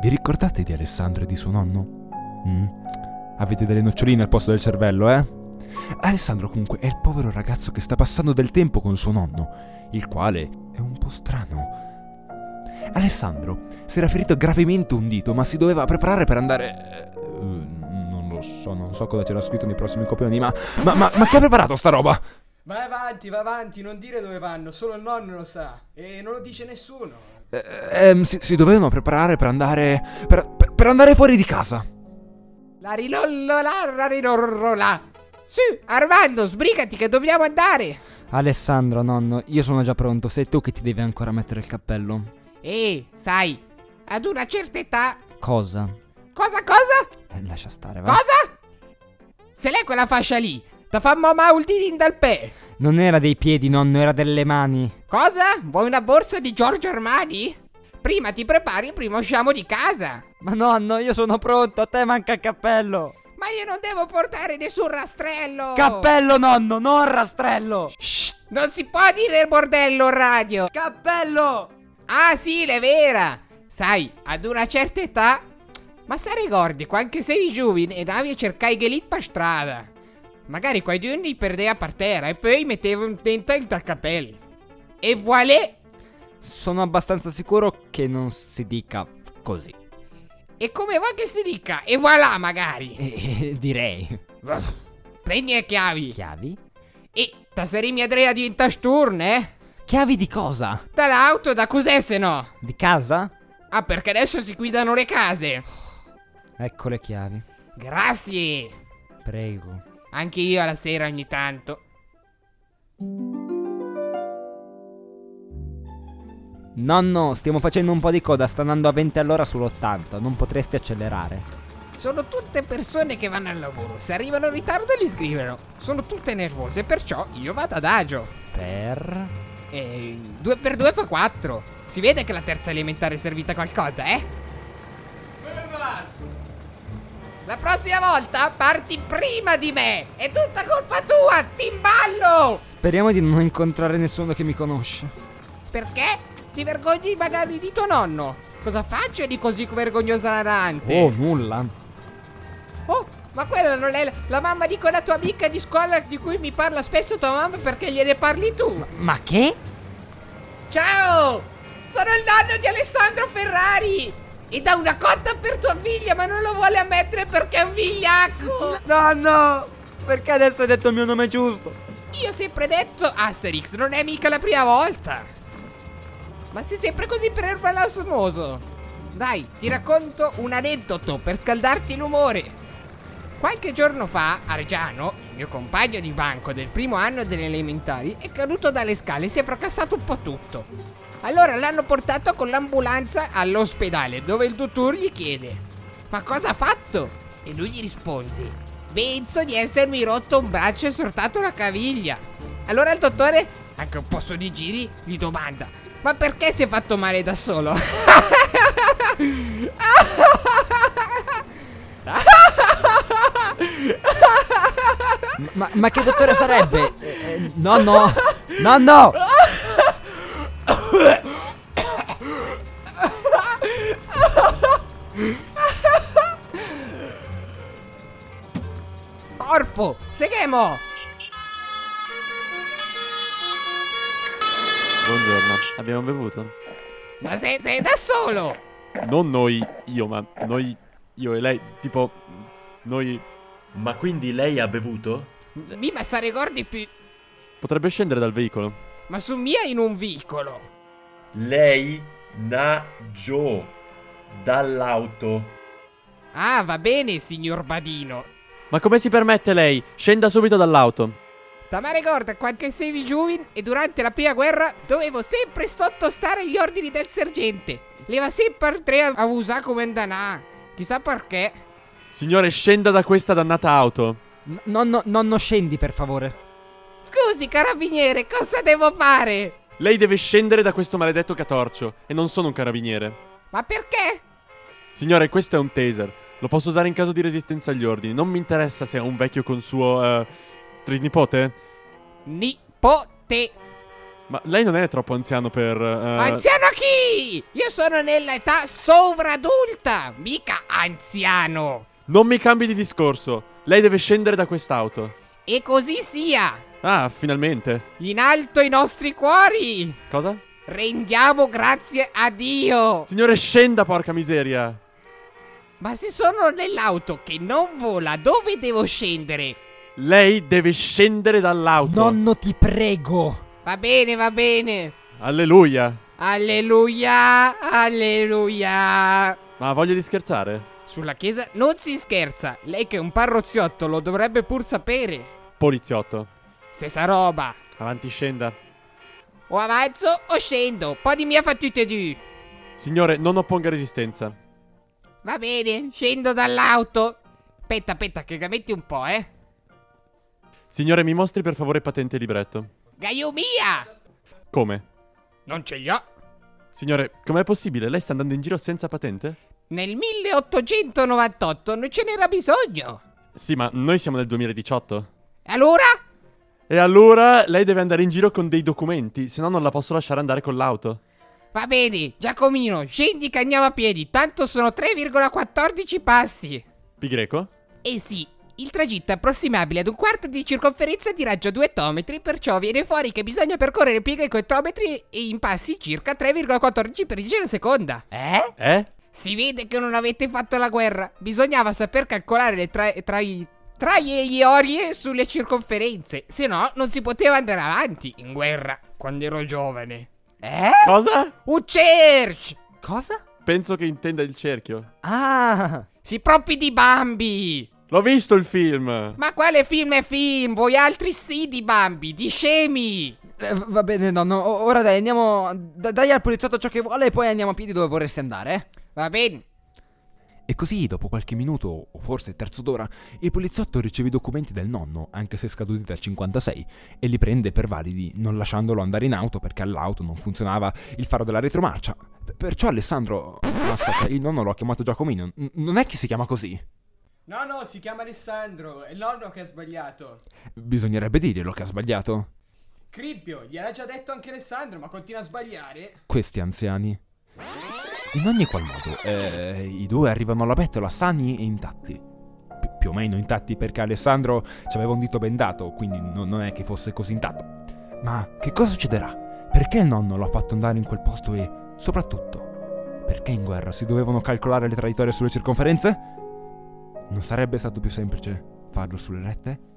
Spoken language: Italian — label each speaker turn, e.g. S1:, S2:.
S1: Vi ricordate di Alessandro e di suo nonno? Mm. Avete delle noccioline al posto del cervello, eh? Alessandro comunque è il povero ragazzo che sta passando del tempo con suo nonno, il quale è un po' strano. Alessandro si era ferito gravemente un dito, ma si doveva preparare per andare... eh, Non lo so, non so cosa c'era scritto nei prossimi copioni, ma... Ma, ma, ma chi ha preparato sta roba?
S2: Vai avanti, vai avanti, non dire dove vanno, solo il nonno lo sa. E non lo dice nessuno.
S1: Eh, ehm, si, si dovevano preparare per andare... Per, per- per andare fuori di casa.
S3: La rilollola, la rilollola. Sì, Armando, sbrigati che dobbiamo andare.
S4: Alessandro, nonno, io sono già pronto, sei tu che ti devi ancora mettere il cappello.
S3: E, sai, ad una certa età...
S4: Cosa?
S3: Cosa, cosa?
S4: Eh, lascia stare, va.
S3: Cosa? Se lei quella fascia lì, ta fa mamma un didin dal pe.
S4: Non era dei piedi, nonno, era delle mani.
S3: Cosa? Vuoi una borsa di Giorgio Armani? Prima ti prepari, prima usciamo di casa.
S4: Ma nonno, io sono pronto, a te manca il cappello.
S3: Ma io non devo portare nessun rastrello.
S4: Oh. Cappello, nonno, non rastrello.
S3: Shh, non si può dire bordello in radio.
S4: Cappello!
S3: Ah sì, l'è vera! Sai, ad una certa età... Ma se ricordi, quando sei giovane e davi a cercare gelit per strada. Magari quei due li perdeva per terra e poi mettevo un tenta in tal capello. E voilà!
S4: Sono abbastanza sicuro che non si dica così.
S3: E come vuoi che si dica? E voilà magari!
S4: Eh, eh, direi.
S3: Prendi le chiavi!
S4: Chiavi?
S3: E ta seri mia drea diventa sturne, eh?
S4: Chiavi di cosa?
S3: Dall'auto da cos'è se no?
S4: Di casa?
S3: Ah, perché adesso si guidano le case!
S4: Ecco le chiavi.
S3: Grazie!
S4: Prego.
S3: Anche io alla sera ogni tanto.
S4: Nonno, stiamo facendo un po' di coda, sta andando a 20 all'ora sull'80, non potresti accelerare.
S3: Sono tutte persone che vanno al lavoro. Se arrivano in ritardo li scrivono. Sono tutte nervose, perciò io vado ad agio.
S4: Per...
S3: E 2 per 2 fa 4. Si vede che la terza elementare è servita a qualcosa, eh? La prossima volta parti prima di me! È tutta colpa tua, timballo!
S4: Speriamo di non incontrare nessuno che mi conosce.
S3: Perché? Ti vergogni magari di tuo nonno? Cosa faccio di così vergognosa narrante?
S4: Oh, nulla.
S3: Oh, ma quella non è la, la mamma di quella tua amica di scuola di cui mi parla spesso tua mamma perché gliene parli tu.
S4: Ma che?
S3: Ciao! Sono il nonno di Alessandro Ferrari! E dà una cotta per tua figlia, ma non lo vuole ammettere perché è un vigliacco!
S4: Nonno! Perché adesso hai detto il mio nome giusto?
S3: Io ho sempre detto, Asterix, non è mica la prima volta! Ma sei sempre così per erba l'osmoso! Dai, ti racconto un aneddoto per scaldarti l'umore! Qualche giorno fa, Argiano, il mio compagno di banco del primo anno delle elementari, è caduto dalle scale e si è fracassato un po' tutto. Allora l'hanno portato con l'ambulanza all'ospedale, dove il dottor gli chiede: Ma cosa ha fatto? E lui gli risponde: Penso di essermi rotto un braccio e sortato una caviglia. Allora il dottore, anche un po' su di giri, gli domanda: Ma perché si è fatto male da solo?
S4: Ma, ma che dottore sarebbe? Eh, eh, nonno! Nonno!
S3: Corpo, seguiamo!
S5: Buongiorno, abbiamo bevuto?
S3: Ma sei, sei da solo!
S5: Non noi, io, ma noi, io e lei, tipo, noi...
S6: Ma quindi lei ha bevuto?
S3: Mi ma sta ricordi più.
S5: Potrebbe scendere dal veicolo.
S3: Ma su mia in un vicolo!
S6: Lei nagiò dall'auto.
S3: Ah, va bene, signor Badino.
S5: Ma come si permette lei? Scenda subito dall'auto.
S3: Ma ricorda qualche sevi giovin e durante la prima guerra dovevo sempre sottostare agli ordini del sergente. Leva sempre tre a a usare come andanà. Chissà perché.
S5: Signore, scenda da questa dannata auto.
S4: N- nonno, nonno, scendi per favore.
S3: Scusi, carabiniere, cosa devo fare?
S5: Lei deve scendere da questo maledetto catorcio. E non sono un carabiniere.
S3: Ma perché?
S5: Signore, questo è un taser. Lo posso usare in caso di resistenza agli ordini. Non mi interessa se è un vecchio con suo... eh, trisnipote?
S3: Nipote.
S5: Ma lei non è troppo anziano per... eh,
S3: Anziano chi? Io sono nell'età sovradulta, mica anziano.
S5: Non mi cambi di discorso. Lei deve scendere da quest'auto.
S3: E così sia.
S5: Ah, finalmente.
S3: In alto i nostri cuori.
S5: Cosa?
S3: Rendiamo grazie a Dio.
S5: Signore, scenda, porca miseria.
S3: Ma se sono nell'auto che non vola, dove devo scendere?
S5: Lei deve scendere dall'auto.
S4: Nonno, ti prego.
S3: Va bene, va bene.
S5: Alleluia.
S3: Alleluia, alleluia.
S5: Ma ha voglia di scherzare?
S3: Sulla chiesa non si scherza. Lei che è un parroziotto lo dovrebbe pur sapere.
S5: Poliziotto.
S3: Stessa roba.
S5: Avanti, scenda.
S3: O avanzo o scendo. Po' di mia fattute di.
S5: Signore, non opponga resistenza.
S3: Va bene, scendo dall'auto. Aspetta, aspetta, che metti un po', eh.
S5: Signore, mi mostri per favore patente e libretto.
S3: Gaio mia!
S5: Come?
S3: Non ce li ho.
S5: Signore, com'è possibile? Lei sta andando in giro senza patente?
S3: Nel 1898 non ce n'era bisogno.
S5: Sì, ma noi siamo nel 2018.
S3: Allora?
S5: E allora lei deve andare in giro con dei documenti, se no non la posso lasciare andare con l'auto.
S3: Va bene, Giacomino, scendi che andiamo a piedi. Tanto sono 3,14 passi.
S5: Pi greco?
S3: Eh sì, il tragitto è approssimabile ad un quarto di circonferenza di raggio 2 ettometri, perciò viene fuori che bisogna percorrere pieghe con ettometri e in passi circa 3,14 per giro a seconda. Eh?
S5: Eh?
S3: Si vede che non avete fatto la guerra. Bisognava saper calcolare le tra- tra- traiettorie sulle circonferenze, se no non si poteva andare avanti in guerra quando ero giovane. Eh?
S5: Cosa?
S3: Un church!
S4: Cosa?
S5: Penso che intenda il cerchio.
S4: Ah.
S3: Si propri di Bambi!
S5: L'ho visto il film!
S3: Ma quale film è film? Voi altri sì di Bambi, di scemi!
S4: Eh, va bene, nonno. O- Ora dai, andiamo. d- dai al poliziotto ciò che vuole e poi andiamo a piedi dove vorresti andare. eh?
S3: Va bene.
S1: E così, dopo qualche minuto, o forse il terzo d'ora, il poliziotto riceve i documenti del nonno, anche se scaduti dal 56, e li prende per validi, non lasciandolo andare in auto perché all'auto non funzionava il faro della retromarcia. Per- Perciò Alessandro... No, aspetta, il nonno l'ho chiamato Giacomino. N- non è che si chiama così.
S2: No, no, si chiama Alessandro. È il nonno che ha sbagliato.
S1: Bisognerebbe dirglielo che ha sbagliato.
S2: Cribbio, gliel'ha già detto anche Alessandro, ma continua a sbagliare.
S1: Questi anziani. In ogni qual modo, eh, i due arrivano alla bettola sani e intatti. Pi- più o meno intatti perché Alessandro ci aveva un dito bendato, quindi no- non è che fosse così intatto. Ma che cosa succederà? Perché il nonno l'ha fatto andare in quel posto e, soprattutto, perché in guerra si dovevano calcolare le traiettorie sulle circonferenze? Non sarebbe stato più semplice farlo sulle rette?